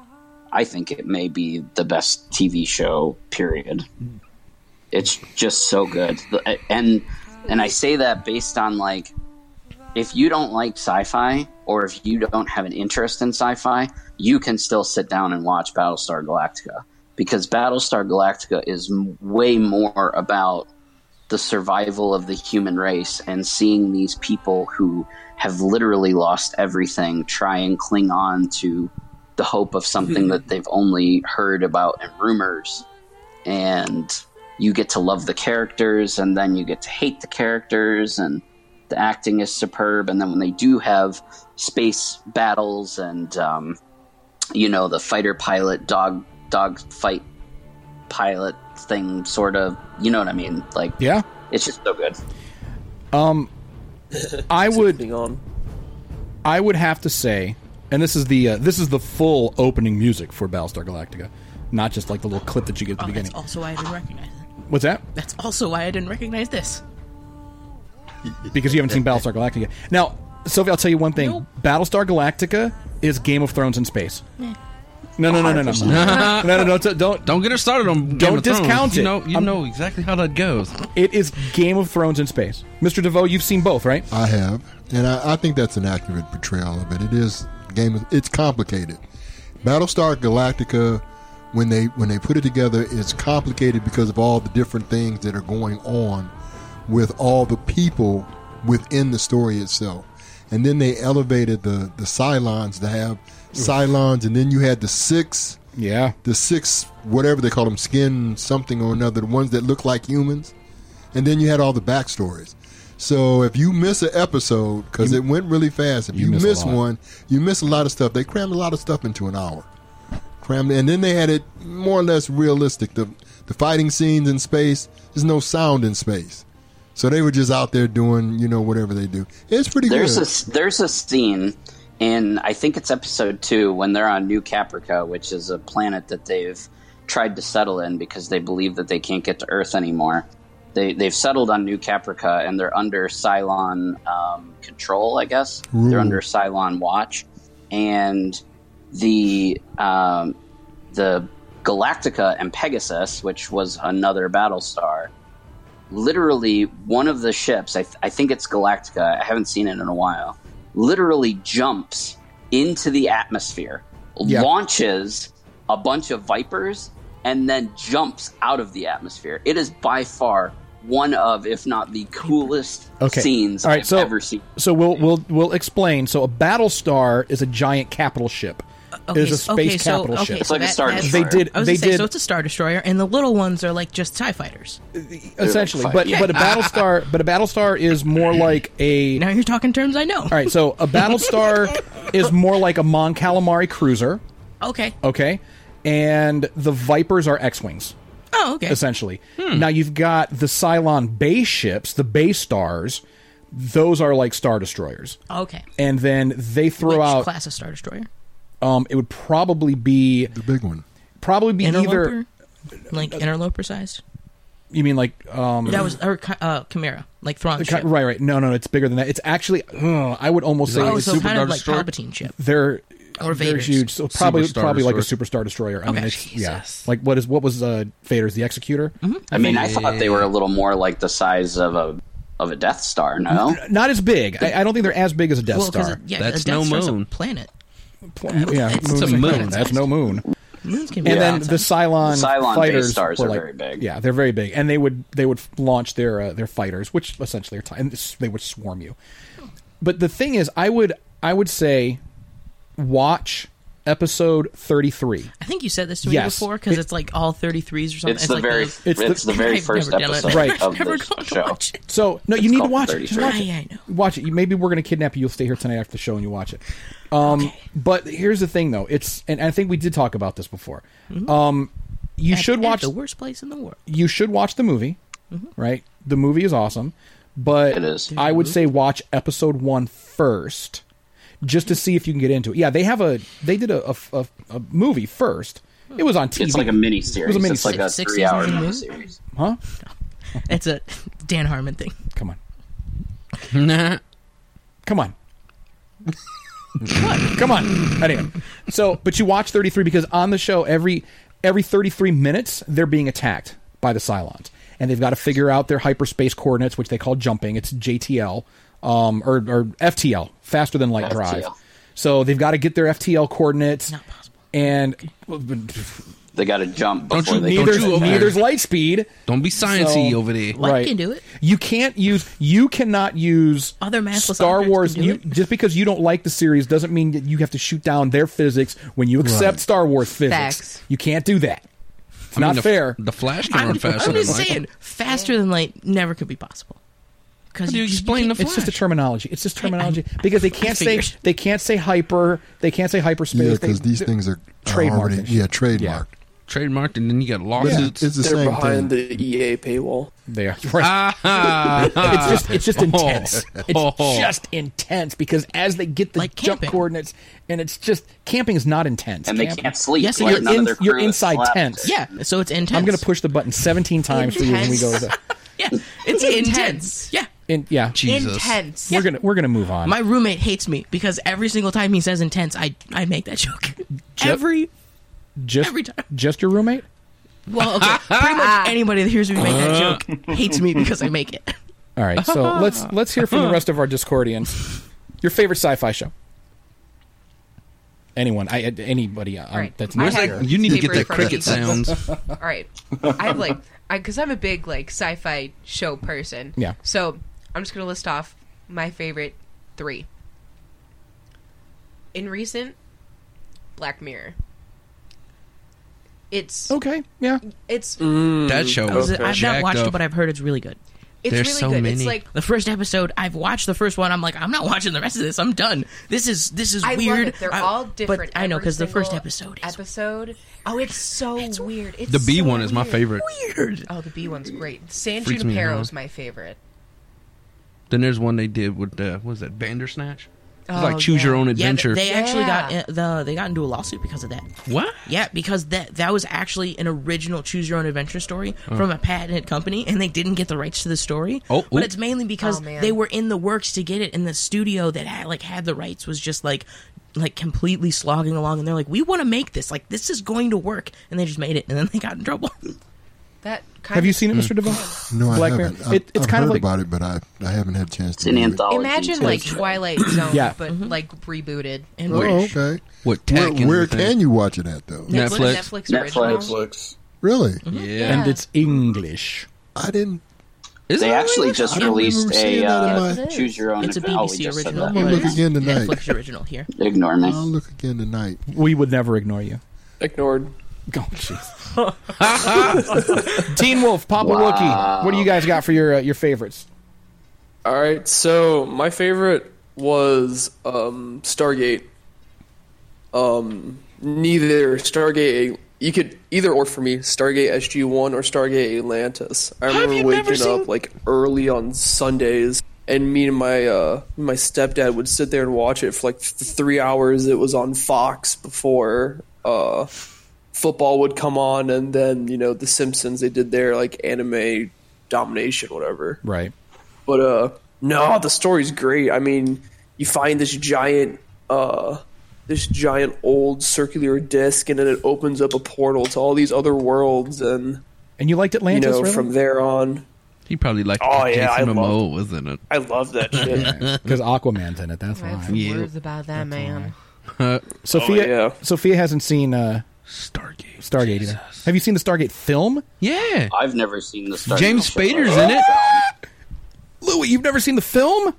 Speaker 4: I think it may be the best TV show. Period. It's just so good, The- and and I say that based on like if you don't like sci-fi or if you don't have an interest in sci-fi, you can still sit down and watch Battlestar Galactica because Battlestar Galactica is m- way more about the survival of the human race and seeing these people who have literally lost everything try and cling on to the hope of something that they've only heard about in rumors and you get to love the characters and then you get to hate the characters and the acting is superb and then when they do have space battles and um, you know the fighter pilot dog dog fight pilot thing sort of you know what i mean like
Speaker 1: Yeah.
Speaker 4: it's just so good
Speaker 1: Um, I would.
Speaker 6: on.
Speaker 1: I would have to say, and this is the uh, this is the full opening music for Battlestar Galactica, not just like the little clip that you get at the
Speaker 9: Oh, that's
Speaker 1: beginning.
Speaker 9: also why I didn't recognize it.
Speaker 1: What's that?
Speaker 9: That's also why I didn't recognize this.
Speaker 1: Because you haven't seen Battlestar Galactica. Now, Sophie, I'll tell you one thing:
Speaker 9: Nope.
Speaker 1: Battlestar Galactica is Game of Thrones in space. No, no, no, no, no, no, no, no! Don't, don't.
Speaker 2: Don't get her started on. Game
Speaker 1: Don't
Speaker 2: of Thrones.
Speaker 1: discount
Speaker 2: You
Speaker 1: it.
Speaker 2: know, you
Speaker 1: I'm-
Speaker 2: know exactly how that goes.
Speaker 1: It is Game of Thrones in space. Mr. DeVoe, you've seen both, right?
Speaker 5: I have, and I, I think that's an accurate portrayal of it. It is game. of- It's complicated. Battlestar Galactica, when they when they put it together, it's complicated because of all the different things that are going on with all the people within the story itself. And then they elevated the the Cylons to have Cylons, and then you had the six
Speaker 1: Yeah.
Speaker 5: the six whatever they call them skin something or another the ones that look like humans and then you had all the backstories so if you miss an episode because it went really fast if
Speaker 1: you
Speaker 5: you,
Speaker 1: miss
Speaker 5: miss,
Speaker 1: a lot.
Speaker 5: one you miss a lot of stuff they crammed a lot of stuff into an hour crammed and then they had it more or less realistic the, the fighting scenes in space there's no sound in space so they were just out there doing you know whatever they do it's pretty
Speaker 4: There's a
Speaker 5: good
Speaker 4: there's a scene in I think it's episode two when they're on New Caprica, which is a planet that they've tried to settle in because they believe that they can't get to Earth anymore. They they've settled on New Caprica and they're under Cylon um, control, I guess. They're
Speaker 5: Rule.
Speaker 4: under Cylon watch, and the um, the Galactica and Pegasus, which was another Battlestar literally one of the ships I, th- I think it's galactica i haven't seen it in a while literally jumps into the atmosphere
Speaker 1: Yeah.
Speaker 4: launches a bunch of vipers and then jumps out of the atmosphere it is by far one of if not the coolest
Speaker 1: Okay.
Speaker 4: scenes
Speaker 1: All right,
Speaker 4: i've
Speaker 1: so-
Speaker 4: ever seen
Speaker 1: So we'll we'll we'll explain. So a Battlestar is a giant capital ship.
Speaker 9: Uh, Okay,
Speaker 1: is a
Speaker 9: so-
Speaker 1: space
Speaker 9: okay, so-
Speaker 1: capital
Speaker 9: okay,
Speaker 1: ship.
Speaker 4: It's like a Star
Speaker 9: that's-
Speaker 1: They
Speaker 4: Destroyer.
Speaker 1: did.
Speaker 9: I was
Speaker 1: they
Speaker 9: gonna say,
Speaker 1: did
Speaker 9: so it's a star destroyer, and the little ones are like just tie fighters.
Speaker 1: essentially,
Speaker 4: They're
Speaker 1: but
Speaker 4: fighting.
Speaker 1: but a Battlestar, but a Battlestar is more like a.
Speaker 9: Now you're talking terms I know.
Speaker 1: All right, so a Battlestar is more like a Mon Calamari cruiser,
Speaker 9: Okay.
Speaker 1: okay, and the Vipers are X-wings
Speaker 9: Oh, okay. Hmm.
Speaker 1: essentially. Now you've got the Cylon base ships, the base stars; those are like star destroyers,
Speaker 9: Okay.
Speaker 1: and then they throw
Speaker 9: Oh. Which
Speaker 1: out.
Speaker 9: class of star destroyer?
Speaker 1: Um, it would probably be
Speaker 5: the big one
Speaker 1: probably be either.
Speaker 9: Interloper, like interloper sized.
Speaker 1: You mean like um
Speaker 9: That was or uh, Chimera, like Thrawn
Speaker 1: ki-
Speaker 9: ship.
Speaker 1: right right no no it's bigger than that. It's actually ugh, I would almost say
Speaker 9: Oh,
Speaker 1: it's
Speaker 9: so
Speaker 2: Super
Speaker 9: kind
Speaker 2: Dark
Speaker 9: of like
Speaker 2: Destroyer?
Speaker 9: Palpatine ship.
Speaker 1: they're
Speaker 9: Or
Speaker 1: they're
Speaker 9: Vader's.
Speaker 1: huge. So probably
Speaker 2: Superstar
Speaker 1: probably like a
Speaker 2: Destroyer.
Speaker 1: superstar destroyer. I mean
Speaker 9: Okay.
Speaker 1: it's yeah.
Speaker 9: Jesus. Mm-hmm.
Speaker 1: Like what is what was uh Vader's the executor?
Speaker 4: i mean i thought they were a little more like the size of a of a death star no
Speaker 1: Not as big. I, I don't think they're as big as a Death
Speaker 9: Well,
Speaker 1: Star.
Speaker 9: because yeah,
Speaker 2: That's
Speaker 9: a Death
Speaker 2: no
Speaker 9: Star's
Speaker 2: moon.
Speaker 9: a planet.
Speaker 1: Pl- yeah,
Speaker 9: it's
Speaker 1: moons
Speaker 2: a
Speaker 1: and
Speaker 2: moon.
Speaker 1: planets. That's no moon.
Speaker 9: Moons can be.
Speaker 1: And
Speaker 9: Yeah.
Speaker 1: then the Cylon,
Speaker 4: The Cylon-based
Speaker 1: fighters
Speaker 4: stars
Speaker 1: were
Speaker 4: are
Speaker 1: like-
Speaker 4: very big.
Speaker 1: Yeah, they're very big, and they would they would launch their uh, their fighters, which essentially are ti- and s- they would swarm you. But the thing is, I would I would say watch episode thirty three.
Speaker 9: I think you said this to me
Speaker 1: Yes.
Speaker 9: before because
Speaker 1: It-
Speaker 9: it's like all 33s or something.
Speaker 4: it's, the
Speaker 9: like
Speaker 4: very
Speaker 9: those-
Speaker 4: it's,
Speaker 1: the-
Speaker 4: the, very
Speaker 9: I've
Speaker 4: first
Speaker 9: never done it.
Speaker 4: episode
Speaker 1: Right.
Speaker 4: of
Speaker 9: Never
Speaker 4: this
Speaker 9: gone to
Speaker 4: show
Speaker 9: watch it.
Speaker 1: So no, you
Speaker 4: It's
Speaker 1: need to
Speaker 4: called
Speaker 1: watch it. Just
Speaker 4: 33.
Speaker 1: watch
Speaker 9: Yeah, yeah, I
Speaker 1: it.
Speaker 9: know.
Speaker 1: Watch it. You, maybe we're going to kidnap you. You'll stay here tonight after the show and you watch it. Um, But here's the thing, though. It's and I think we did talk about this before. Um, you
Speaker 9: Mm-hmm. At-
Speaker 1: should
Speaker 9: at
Speaker 1: watch.
Speaker 9: the worst place in the world.
Speaker 1: you should watch the movie. Right, the movie is awesome, but
Speaker 4: It is.
Speaker 1: I would say watch episode one first, just to see if you can get into it. Yeah, they have a they did a a, a, a movie first. It was on TV.
Speaker 4: it's like a mini series
Speaker 1: It was a
Speaker 4: it's like a
Speaker 9: miniseries. Six
Speaker 4: three hour
Speaker 9: seasons.
Speaker 4: mini series
Speaker 1: huh?
Speaker 9: It's a Dan Harmon thing.
Speaker 1: Come on,
Speaker 2: Nah.
Speaker 1: come on. Come on. Anyway, so but you watch 33 because on the show every every 33 minutes they're being attacked by the Cylons and they've got to figure out their hyperspace coordinates, which they call jumping. It's JTL um, or, or FTL, faster than light drive.
Speaker 4: FTL.
Speaker 1: So they've got to get their FTL coordinates.
Speaker 9: Not possible.
Speaker 1: And
Speaker 4: They got to jump
Speaker 2: Don't
Speaker 4: before
Speaker 2: you-
Speaker 4: they
Speaker 2: don't
Speaker 4: can
Speaker 2: you
Speaker 4: do
Speaker 2: over
Speaker 4: that.
Speaker 2: there.
Speaker 1: Neither's light speed.
Speaker 2: Don't be sciencey
Speaker 1: So-
Speaker 2: over there.
Speaker 9: Light
Speaker 1: right.
Speaker 9: can do it.
Speaker 1: You can't use. You cannot use
Speaker 9: Other massless
Speaker 1: Star
Speaker 9: objects
Speaker 1: Wars.
Speaker 9: can do
Speaker 1: You,
Speaker 9: it.
Speaker 1: just because you don't like the series doesn't mean that you have to shoot down their physics when you accept
Speaker 5: Right.
Speaker 1: Star Wars physics.
Speaker 7: Facts.
Speaker 1: You can't do that. It's not
Speaker 2: the,
Speaker 1: fair.
Speaker 2: The Flash can
Speaker 9: I'm,
Speaker 2: run faster
Speaker 9: I'm
Speaker 2: than
Speaker 9: just
Speaker 2: light.
Speaker 9: saying, faster than light never could be possible. Because
Speaker 2: How do you explain the
Speaker 1: It's just a
Speaker 2: Flash?
Speaker 1: terminology. It's just terminology because they can't say
Speaker 9: figured.
Speaker 1: they can't say hyper. They can't say hyperspace.
Speaker 5: Yeah,
Speaker 1: They-
Speaker 5: because these things are, are already
Speaker 1: Trademarked.
Speaker 5: yeah trademarked.
Speaker 2: Trademarked, and then you got
Speaker 5: But it's-
Speaker 2: lawsuits.
Speaker 5: it's the
Speaker 6: They're
Speaker 5: same
Speaker 6: behind
Speaker 5: thing.
Speaker 6: the EA paywall.
Speaker 1: they are. Right.
Speaker 2: Ah, ha, ha.
Speaker 1: it's just it's just
Speaker 2: Oh.
Speaker 1: intense. It's
Speaker 2: Oh.
Speaker 1: just intense because as they get the
Speaker 9: Like
Speaker 1: jump
Speaker 9: camping.
Speaker 1: coordinates, and it's just camping is not intense.
Speaker 4: and they
Speaker 1: Camp-
Speaker 4: can't sleep.
Speaker 9: Yes,
Speaker 4: like
Speaker 9: you're
Speaker 4: none of
Speaker 1: in-
Speaker 4: their
Speaker 1: you're
Speaker 4: crew has
Speaker 1: inside
Speaker 4: slept.
Speaker 1: tents.
Speaker 9: yeah, so it's intense.
Speaker 1: I'm gonna push the button 17 times for you when we go. To,
Speaker 9: Yeah, it's intense. Yeah,
Speaker 1: in, yeah,
Speaker 2: Jesus.
Speaker 7: Intense.
Speaker 1: we're gonna we're gonna move on.
Speaker 9: my roommate hates me because every single time he says intense, I I make that joke every.
Speaker 1: just
Speaker 9: every time.
Speaker 1: just your roommate.
Speaker 9: Well, okay, pretty much anybody that hears me make that joke hates me because I make it.
Speaker 1: All right, so let's let's hear from the rest of our Discordians. Your favorite sci-fi show? Anyone? I anybody? Um,
Speaker 7: Right.
Speaker 1: That's
Speaker 7: I
Speaker 1: not
Speaker 2: Where's
Speaker 7: had
Speaker 1: here.
Speaker 2: that? You need to get
Speaker 7: paper in
Speaker 2: that
Speaker 7: front of me.
Speaker 2: cricket sounds.
Speaker 7: All right, I have like, because I'm a big like sci-fi show person.
Speaker 1: Yeah.
Speaker 7: So I'm just gonna list off my favorite three. In recent, Black Mirror. It's
Speaker 1: Okay, yeah.
Speaker 7: it's
Speaker 2: Mm, That show.
Speaker 9: I was-
Speaker 2: is
Speaker 9: I've not
Speaker 2: jacked
Speaker 9: watched
Speaker 2: up.
Speaker 9: it, but I've heard it's really good.
Speaker 7: it's
Speaker 2: There's
Speaker 7: really
Speaker 2: so
Speaker 7: good.
Speaker 2: many.
Speaker 7: It's like
Speaker 9: The first episode, I've watched the first one. I'm like, I'm not watching the rest of this. I'm done. This is this is
Speaker 7: I love
Speaker 9: weird.
Speaker 7: it. They're
Speaker 9: I-
Speaker 7: all different.
Speaker 9: But I know
Speaker 7: Every
Speaker 9: because the first
Speaker 7: single
Speaker 9: episode is
Speaker 7: episode. Oh, it's so weird. It's
Speaker 2: the B
Speaker 7: so
Speaker 2: one is my
Speaker 7: weird.
Speaker 2: favorite.
Speaker 9: weird.
Speaker 7: Oh, the B one's great. San
Speaker 2: Freaks me
Speaker 7: Junipero
Speaker 2: out.
Speaker 7: is my favorite.
Speaker 2: Then there's one they did with uh, what was that Bandersnatch? It's
Speaker 7: Oh,
Speaker 2: like choose your
Speaker 7: yeah.
Speaker 2: own
Speaker 9: Yeah,
Speaker 2: adventure.
Speaker 9: they actually got
Speaker 7: Yeah.
Speaker 9: uh, the they got into a lawsuit because of that.
Speaker 2: what?
Speaker 9: Yeah, because that that was actually an original choose your own adventure story from a patented company, and they didn't get the rights to the story.
Speaker 2: Oh,
Speaker 9: but
Speaker 2: oop.
Speaker 9: it's mainly because
Speaker 7: Oh, man.
Speaker 9: they were in the works to get it, and the studio that had, like had the rights was just like like completely slogging along, and they're like, we want to make this, like this is going to work, and they just made it, and then they got in trouble.
Speaker 7: That kind
Speaker 1: Have you
Speaker 7: of-
Speaker 1: seen it, Mr. Devon?
Speaker 5: No,
Speaker 1: Black
Speaker 5: I
Speaker 1: Mirror.
Speaker 5: haven't. I've,
Speaker 1: It- it's
Speaker 5: I've
Speaker 1: kind of
Speaker 5: heard
Speaker 1: like-
Speaker 5: about it, but I I haven't had a chance
Speaker 4: It's
Speaker 5: to.
Speaker 4: an
Speaker 5: read it.
Speaker 4: anthology.
Speaker 7: Imagine
Speaker 4: too.
Speaker 7: like Twilight Zone,
Speaker 1: Yeah.
Speaker 7: but
Speaker 9: Mm-hmm.
Speaker 7: like rebooted and
Speaker 5: Oh,
Speaker 2: Where-
Speaker 5: okay.
Speaker 2: What
Speaker 5: Where,
Speaker 2: tech and
Speaker 5: where
Speaker 2: everything.
Speaker 5: can you watch it at though?
Speaker 7: That's what
Speaker 2: Netflix.
Speaker 7: Netflix original.
Speaker 8: Netflix.
Speaker 5: Really?
Speaker 2: Yeah.
Speaker 1: And it's English.
Speaker 5: I didn't.
Speaker 2: Is
Speaker 4: They
Speaker 2: it
Speaker 4: actually
Speaker 2: really?
Speaker 4: just
Speaker 5: I don't
Speaker 4: released a
Speaker 5: remember seeing that in
Speaker 4: uh,
Speaker 5: my-
Speaker 4: choose your own.
Speaker 9: It's a
Speaker 4: adventure- oh, we
Speaker 9: BBC
Speaker 4: just said
Speaker 9: original.
Speaker 5: I'm
Speaker 4: that.
Speaker 5: gonna
Speaker 9: but
Speaker 5: look again tonight.
Speaker 9: Netflix original here.
Speaker 4: Ignore me.
Speaker 5: I'll look again tonight.
Speaker 1: We would never ignore you.
Speaker 6: Ignored.
Speaker 1: Oh, jeez. Teen Wolf, Papa Wookie. What do you guys got for your uh, your favorites?
Speaker 6: All right, so my favorite was um, Stargate. Um, neither Stargate. You could either or for me, Stargate SG One or Stargate Atlantis. I remember waking up like early on Sundays, and me and my uh, my stepdad would sit there and watch it for like th- three hours. It was on Fox before uh, football would come on, and then you know the Simpsons. They did their like anime domination, whatever.
Speaker 1: Right.
Speaker 6: But uh no, the story's great. I mean, you find this giant uh this giant old circular disc and then it opens up a portal to all these other worlds and
Speaker 1: And you liked
Speaker 6: you
Speaker 1: Atlantis,
Speaker 6: know,
Speaker 1: really?
Speaker 6: from there on
Speaker 2: He probably liked
Speaker 6: Oh,
Speaker 2: the
Speaker 6: yeah, I
Speaker 2: Jason
Speaker 6: love-
Speaker 2: Momoa was in it.
Speaker 6: I love that shit.
Speaker 1: Because Aquaman's in it. That's
Speaker 7: I have
Speaker 1: why.
Speaker 7: some words about that man.
Speaker 1: Sophia.
Speaker 6: Oh, yeah.
Speaker 1: Sophia hasn't seen uh,
Speaker 2: Stargate.
Speaker 1: Stargate either. Have you seen the Stargate film?
Speaker 2: Yeah.
Speaker 4: I've never seen the Stargate.
Speaker 2: James
Speaker 4: show.
Speaker 2: Spader's in it.
Speaker 1: Louis, you've never seen the film?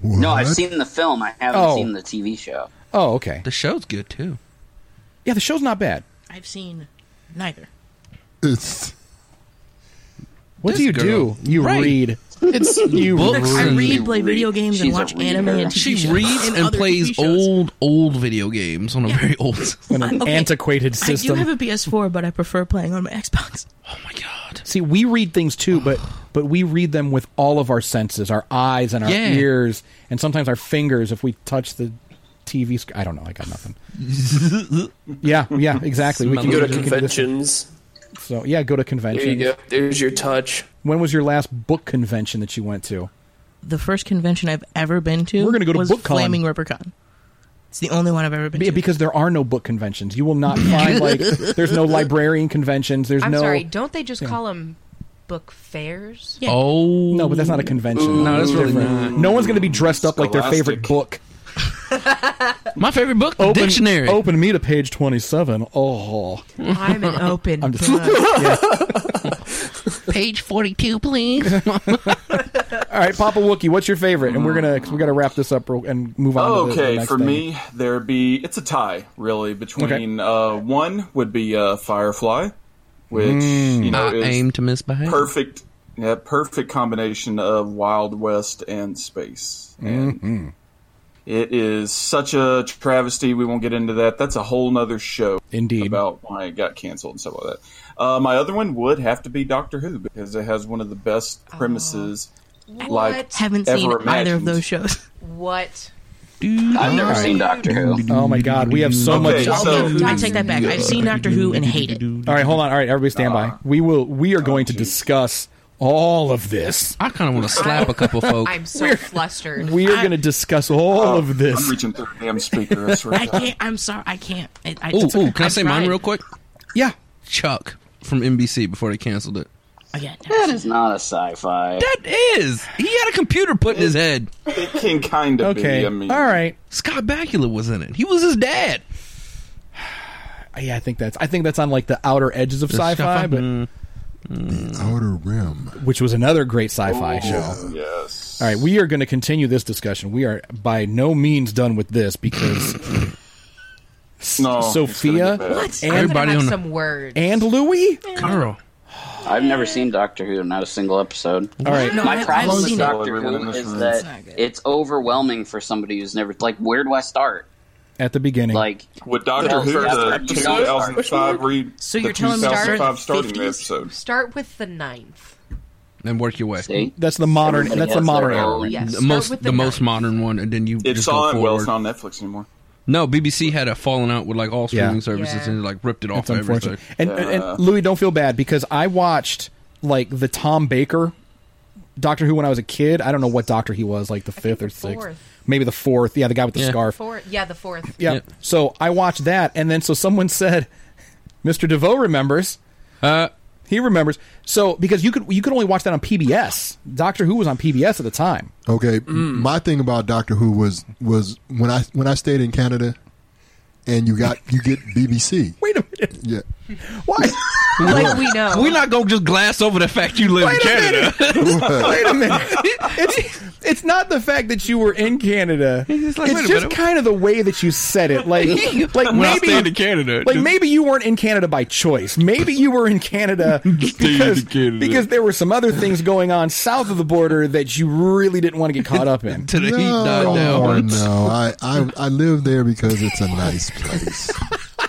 Speaker 5: What?
Speaker 4: No, I've seen the film. I haven't
Speaker 1: Oh.
Speaker 4: seen the TV show.
Speaker 1: Oh, okay.
Speaker 2: The show's good too.
Speaker 1: Yeah, the show's not bad.
Speaker 9: I've seen neither.
Speaker 5: It's
Speaker 1: What
Speaker 2: This
Speaker 1: do you
Speaker 2: girl.
Speaker 1: do? You
Speaker 2: Right.
Speaker 1: read. It's you
Speaker 2: Books
Speaker 9: I
Speaker 2: and-
Speaker 1: read.
Speaker 9: read, play
Speaker 4: read.
Speaker 9: video games, and
Speaker 4: She's a
Speaker 9: watch anime and
Speaker 4: reader.
Speaker 9: TV
Speaker 2: She
Speaker 9: shows
Speaker 2: reads and
Speaker 9: other TV
Speaker 2: plays
Speaker 9: shows.
Speaker 2: old, old video games on a very old.
Speaker 1: in an
Speaker 9: Okay.
Speaker 1: antiquated
Speaker 9: I do
Speaker 1: system.
Speaker 9: have a PS4, but I prefer playing on my Xbox.
Speaker 2: oh my god.
Speaker 1: See, we read things too, but but we read them with all of our senses, our eyes and our
Speaker 2: Yeah.
Speaker 1: ears, and sometimes our fingers if we touch the TV screen. I don't know. I got nothing. yeah, yeah, exactly. We
Speaker 2: Smell
Speaker 1: can
Speaker 6: Go to
Speaker 1: we can do this.
Speaker 6: conventions.
Speaker 1: So yeah, go to
Speaker 6: There
Speaker 1: conventions.
Speaker 6: you go. There's your touch.
Speaker 1: When was your last book convention that you went to?
Speaker 9: The first convention I've ever been to
Speaker 1: We're gonna go to
Speaker 9: was
Speaker 1: BookCon.
Speaker 9: Flaming RubberCon. It's the only one I've ever been
Speaker 1: Be-
Speaker 9: to.
Speaker 1: Because there are no book conventions. You will not find like there's no librarian conventions. There's
Speaker 7: I'm
Speaker 1: no
Speaker 7: sorry, don't they just call them book fairs?
Speaker 9: Yeah.
Speaker 2: Oh
Speaker 1: no, but that's not a convention.
Speaker 2: No, that's really
Speaker 1: Different.
Speaker 2: not.
Speaker 1: No one's going to be dressed up like their
Speaker 8: Scholastic.
Speaker 1: favorite book.
Speaker 2: My favorite book, the dictionary.
Speaker 1: Open me to page twenty-seven. Oh,
Speaker 9: I'm an open
Speaker 1: I'm just-
Speaker 9: book.
Speaker 2: Page forty-two, please.
Speaker 1: all right, Papa Wookie, what's your favorite? And we're gonna cause we gotta wrap this up real, and move on. to the- the
Speaker 8: Okay,
Speaker 1: next
Speaker 8: for
Speaker 1: thing.
Speaker 8: me, there'd be it's a tie really between uh, one would be uh, Firefly, which
Speaker 1: Hmm.
Speaker 8: you know
Speaker 2: I
Speaker 8: is
Speaker 2: aim to misbehave.
Speaker 8: perfect, yeah, perfect combination of Wild West and space. And
Speaker 1: Mm-hmm.
Speaker 8: it is such a travesty. We won't get into that. That's a whole nother show.
Speaker 1: Indeed.
Speaker 8: about why it got canceled and stuff like that. Uh, my other one would have to be Doctor Who because it has one of the best premises. Like
Speaker 7: What?
Speaker 9: Oh. Haven't seen
Speaker 8: Ever
Speaker 9: either of
Speaker 8: imagined.
Speaker 9: those shows.
Speaker 7: What?
Speaker 8: I've never seen Doctor Who.
Speaker 1: Oh my God, we have so
Speaker 8: Okay,
Speaker 1: much.
Speaker 8: so-
Speaker 9: Okay, I take that back. I've seen Doctor Who and hate it.
Speaker 1: All right, hold on. All right, everybody, stand
Speaker 8: Ah.
Speaker 1: by. We will. We are going to discuss all of this.
Speaker 2: I kind of want to slap a couple folk.
Speaker 7: I'm so flustered.
Speaker 1: We are going to discuss all of
Speaker 8: Oh, I'm
Speaker 1: this.
Speaker 8: reaching through the damn speaker. I swear
Speaker 9: I
Speaker 8: to God.
Speaker 9: can't. I'm sorry. I can't. I, I,
Speaker 2: Ooh, ooh, can I say mine real quick?
Speaker 1: Yeah.
Speaker 2: Chuck from NBC before they canceled it.
Speaker 9: Again,
Speaker 4: That is not a sci-fi.
Speaker 2: That is. He had a computer put in his head.
Speaker 8: It can kind of
Speaker 1: Okay.
Speaker 8: be. I
Speaker 1: All
Speaker 8: mean,
Speaker 1: right.
Speaker 2: Scott Bakula was in it. He was his dad.
Speaker 1: Yeah, I think that's. I think that's on like the outer edges of sci-fi, but
Speaker 2: Mm.
Speaker 5: Outer Rim.
Speaker 1: which was another great sci-fi
Speaker 8: Oh.
Speaker 1: show.
Speaker 8: Yes.
Speaker 1: All right, we are going to continue this discussion. We are by no means done with this because
Speaker 8: No, it's gonna
Speaker 1: Sophia
Speaker 8: get bad.
Speaker 7: What?
Speaker 1: And-
Speaker 7: I'm gonna
Speaker 2: Everybody
Speaker 7: have
Speaker 2: on the-
Speaker 7: some words.
Speaker 1: and Louie.
Speaker 2: Carl.
Speaker 4: I've never seen Doctor Who, not a single episode.
Speaker 1: All right,
Speaker 9: No, I-
Speaker 4: My
Speaker 9: I've
Speaker 4: problem
Speaker 9: seen
Speaker 4: with
Speaker 9: it.
Speaker 4: Doctor
Speaker 8: Everyone in
Speaker 4: Who
Speaker 8: this
Speaker 4: is
Speaker 8: room.
Speaker 4: that
Speaker 9: It's not good.
Speaker 4: it's overwhelming for somebody who's never like. Where do I start?
Speaker 1: at the beginning,
Speaker 4: Like,
Speaker 8: With Doctor
Speaker 4: Well,
Speaker 8: Who,
Speaker 4: first
Speaker 8: the
Speaker 4: episode?
Speaker 8: 2005 read,
Speaker 9: So
Speaker 8: the
Speaker 9: you're telling me start
Speaker 8: 2005
Speaker 9: at the
Speaker 8: starting
Speaker 9: 50s?
Speaker 8: episode.
Speaker 7: Start with the ninth.
Speaker 2: Then work your way.
Speaker 4: see,
Speaker 1: that's the modern.
Speaker 4: Everybody
Speaker 1: That's the
Speaker 4: has
Speaker 1: modern
Speaker 4: their
Speaker 1: era.
Speaker 4: own-
Speaker 1: right?
Speaker 7: Yes.
Speaker 2: The
Speaker 7: start
Speaker 2: most,
Speaker 7: with
Speaker 2: the,
Speaker 7: the
Speaker 2: most
Speaker 7: ninth.
Speaker 2: modern one, and then you
Speaker 8: It's
Speaker 2: just go
Speaker 8: on.
Speaker 2: forward.
Speaker 8: Well, it's not on Netflix anymore.
Speaker 2: No, BBC had a falling out with like all streaming
Speaker 1: Yeah.
Speaker 2: services
Speaker 7: Yeah.
Speaker 2: and like ripped it off
Speaker 1: It's
Speaker 2: of
Speaker 1: unfortunate.
Speaker 2: everything.
Speaker 1: And, and, and Louis, don't feel bad because I watched like the Tom Baker Doctor Who when I was a kid. I don't know what Doctor he was, like the fifth or
Speaker 7: the
Speaker 1: sixth,
Speaker 7: fourth.
Speaker 1: maybe the fourth. Yeah, the guy with the
Speaker 2: Yeah.
Speaker 1: scarf.
Speaker 7: Four. Yeah, the fourth.
Speaker 1: Yeah.
Speaker 2: Yep.
Speaker 1: So I watched that, and then so someone said, "Mr. DeVoe remembers."
Speaker 2: Uh,
Speaker 1: He remembers. So because you could you could only watch that on PBS. Doctor Who was on PBS at the time.
Speaker 5: Okay,
Speaker 1: Mm.
Speaker 5: my thing about Doctor Who was was when I when I stayed in Canada, and you got you get BBC.
Speaker 1: Wait a minute.
Speaker 5: Yeah,
Speaker 1: Why?
Speaker 7: Like we know.
Speaker 2: We're not gonna just glass over the fact you live in
Speaker 1: Wait a
Speaker 2: Canada.
Speaker 1: Wait a minute. It's, it's not the fact that you were in Canada.
Speaker 2: just like, wait
Speaker 1: it's
Speaker 2: a
Speaker 1: just
Speaker 2: minute.
Speaker 1: kind of the way that you said it. Like, like
Speaker 2: When I stayed
Speaker 1: maybe
Speaker 2: in Canada,
Speaker 1: Like
Speaker 2: just-
Speaker 1: maybe you weren't in Canada by choice. Maybe you were in Canada because,
Speaker 2: Canada.
Speaker 1: because there were some other things going on south of the border that you really didn't want to get caught up in.
Speaker 2: to the heat
Speaker 5: no,
Speaker 2: died down.
Speaker 5: no, I, I I live there because it's a nice place,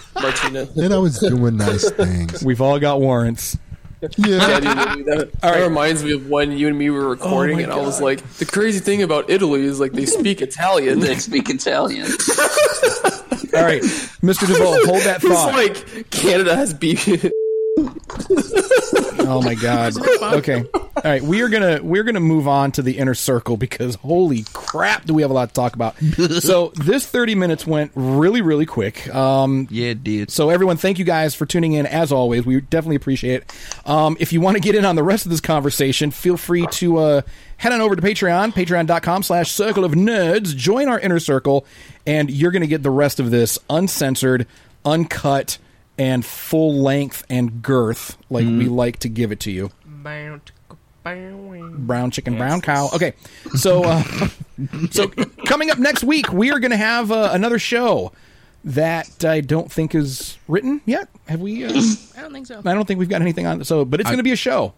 Speaker 6: Martina.
Speaker 5: and I was doing nice things.
Speaker 1: We've all got warrants.
Speaker 6: Yeah,
Speaker 5: Yeah,
Speaker 6: dude, that, that,
Speaker 1: right. Oh
Speaker 6: reminds me of when you and me were recording,
Speaker 1: my
Speaker 6: and I was like, the crazy thing about Italy is like they speak Italian.
Speaker 4: they speak Italian.
Speaker 1: All right, Mr. DeVoe, hold that
Speaker 6: It's
Speaker 1: thought.
Speaker 6: like Canada has beef.
Speaker 1: Oh my God. Okay. All right, we are gonna we're gonna move on to the inner circle because holy crap, do we have a lot to talk about? so this thirty minutes went really really quick. Um,
Speaker 2: Yeah, it did.
Speaker 1: So everyone, thank you guys for tuning in. As always, we definitely appreciate it. Um, if you want to get in on the rest of this conversation, feel free to uh, head on over to Patreon, patreon.com slash circle of nerds. Join our inner circle, and you're going to get the rest of this uncensored, uncut, and full length and girth like we like to give it to you.
Speaker 7: Bow, tick, bow,
Speaker 1: Brown chicken, brown cow. Okay, so uh, so coming up next week, we are going to have uh, another show that I don't think is written yet. Have we? Uh,
Speaker 9: I don't think so.
Speaker 1: I don't think we've got anything on. So, but it's going to be a show.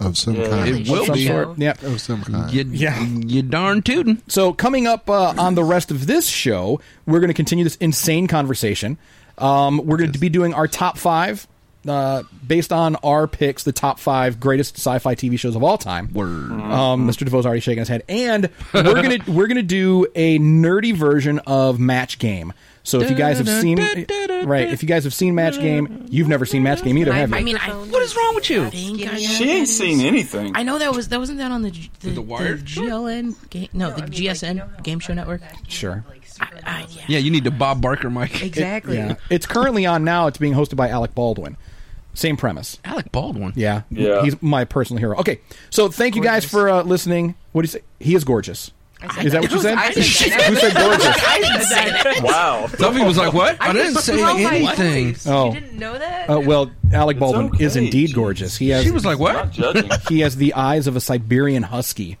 Speaker 5: of some
Speaker 8: Yeah.
Speaker 5: kind.
Speaker 2: It will
Speaker 1: Some
Speaker 2: be.
Speaker 1: sort. Yeah.
Speaker 5: Of some kind.
Speaker 2: You,
Speaker 1: Yeah.
Speaker 2: you darn tootin'.
Speaker 1: So coming up uh, on the rest of this show, we're going to continue this insane conversation. Um, we're going to be doing our top five uh, based on our picks, the top five greatest sci-fi TV shows of all time.
Speaker 2: Word.
Speaker 1: Um, Mr. DeVoe's already shaking his head, and we're gonna we're gonna do a nerdy version of Match Game. So if you guys have seen right, if you guys have seen Match Game, you've never seen Match Game either, have
Speaker 9: I
Speaker 1: you?
Speaker 9: mean, I,
Speaker 2: What is wrong with you?
Speaker 9: I think I know
Speaker 8: She ain't seen anything.
Speaker 9: I know that was that wasn't that on the G- the,
Speaker 2: The Wired?
Speaker 9: GLN game, no, the GSN game show network.
Speaker 1: Sure.
Speaker 9: I, yeah.
Speaker 2: Yeah, you need the Bob Barker mic.
Speaker 7: Exactly.
Speaker 1: Yeah, it's currently on now. It's being hosted by Alec Baldwin. Same premise.
Speaker 2: Alec Baldwin.
Speaker 1: Yeah,
Speaker 8: Yeah.
Speaker 1: He's my personal hero. Okay, so thank you guys for uh, listening. What do you say? He is gorgeous.
Speaker 7: said
Speaker 1: Is that what you said?
Speaker 7: I said that.
Speaker 1: Who said gorgeous?
Speaker 9: I didn't say that.
Speaker 8: Wow.
Speaker 2: Duffy was like, "What? I didn't say
Speaker 7: Oh my
Speaker 2: anything."
Speaker 7: goodness,
Speaker 1: Oh.
Speaker 7: You didn't know that?
Speaker 1: Uh, well, Alec Baldwin is
Speaker 8: okay,
Speaker 1: indeed
Speaker 8: Jesus.
Speaker 1: gorgeous. He has
Speaker 2: She was like,
Speaker 8: Not
Speaker 2: "What?"
Speaker 8: judging.
Speaker 1: he has the eyes of a Siberian husky.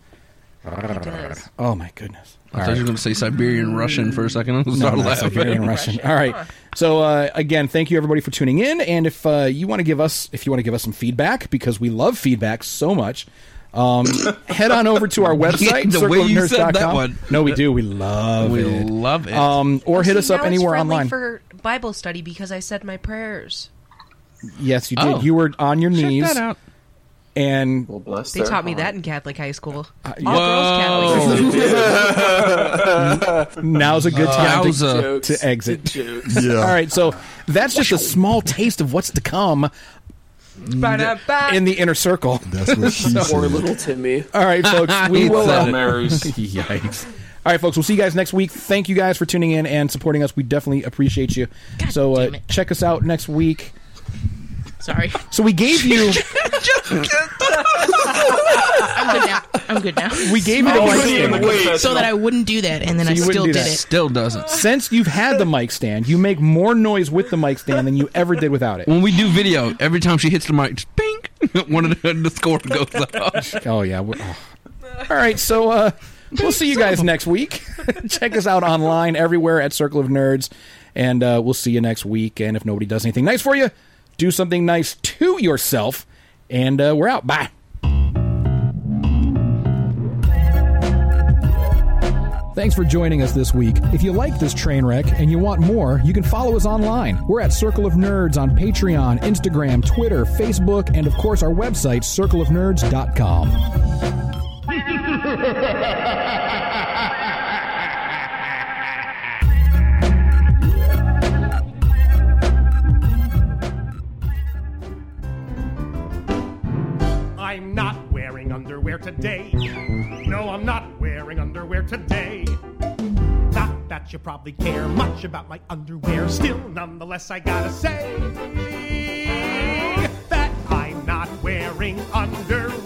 Speaker 7: It does.
Speaker 1: Oh my goodness!
Speaker 2: I thought you were going to say Siberian Russian for a second. I was
Speaker 1: No,
Speaker 2: started
Speaker 1: not
Speaker 2: laughing.
Speaker 1: Siberian Russian. All right. So uh, again, thank you everybody for tuning in. And if uh, you want to give us, if you want to give us some feedback, because we love feedback so much, um, head on over to our website.
Speaker 2: the way you said that
Speaker 1: circleofnerds.com.
Speaker 2: one.
Speaker 1: No, we do. We love
Speaker 2: We
Speaker 1: it.
Speaker 2: love it.
Speaker 1: Um, or hit
Speaker 7: See,
Speaker 1: us up
Speaker 7: now it's
Speaker 1: anywhere
Speaker 7: friendly
Speaker 1: online.
Speaker 7: for Bible study because I said my prayers.
Speaker 1: yes, you did.
Speaker 2: Oh.
Speaker 1: You were on your
Speaker 2: Check
Speaker 1: knees,
Speaker 2: that out.
Speaker 1: and
Speaker 8: Well, bless
Speaker 7: They
Speaker 8: their
Speaker 7: taught me that
Speaker 8: heart.
Speaker 7: in Catholic high school.
Speaker 1: Uh-huh. Uh, yeah.
Speaker 7: All girls Catholic.
Speaker 1: now's a good
Speaker 2: Uh,
Speaker 1: time to,
Speaker 2: Yowza.
Speaker 6: Jokes.
Speaker 1: to exit.
Speaker 6: Jokes.
Speaker 5: Yeah.
Speaker 1: All right, so that's just a small taste of what's to come
Speaker 7: Ba-da-ba.
Speaker 1: in the inner circle.
Speaker 5: That's what she
Speaker 6: Poor
Speaker 5: said.
Speaker 6: little Timmy.
Speaker 1: All right, folks, we will.
Speaker 8: Hail
Speaker 1: Uh,
Speaker 8: Marys.
Speaker 1: yikes. All right, folks, we'll see you guys next week. Thank you guys for tuning in and supporting us. We definitely appreciate you.
Speaker 9: God
Speaker 1: so uh,
Speaker 9: damn it.
Speaker 1: check us out next week.
Speaker 9: Sorry.
Speaker 1: So we gave you
Speaker 9: I'm good now. I'm good now.
Speaker 1: we gave you the mic stand.
Speaker 9: so that I wouldn't do that, and then I
Speaker 1: you
Speaker 9: still
Speaker 1: wouldn't do
Speaker 9: did
Speaker 1: that.
Speaker 9: it.
Speaker 2: Still doesn't.
Speaker 1: Since you've had the mic stand, you make more noise with the mic stand than you ever did without it.
Speaker 2: When we do video, every time she hits the mic, just bing, one of the, the score goes up.
Speaker 1: Oh yeah. we're- oh. All right, so uh, we'll see you guys next week. Check us out online everywhere at Circle of Nerds, and uh, we'll see you next week. And if nobody does anything nice for you, do something nice to yourself. And uh, we're out. Bye. Thanks for joining us this week. If you like this train wreck and you want more, you can follow us online. We're at Circle of Nerds on Patreon, Instagram, Twitter, Facebook, and of course our website, circleofnerds.com.
Speaker 11: I'm not wearing underwear today. No, I'm not wearing underwear today. Not that you probably care much about my underwear, still, nonetheless, I gotta say that I'm not wearing underwear.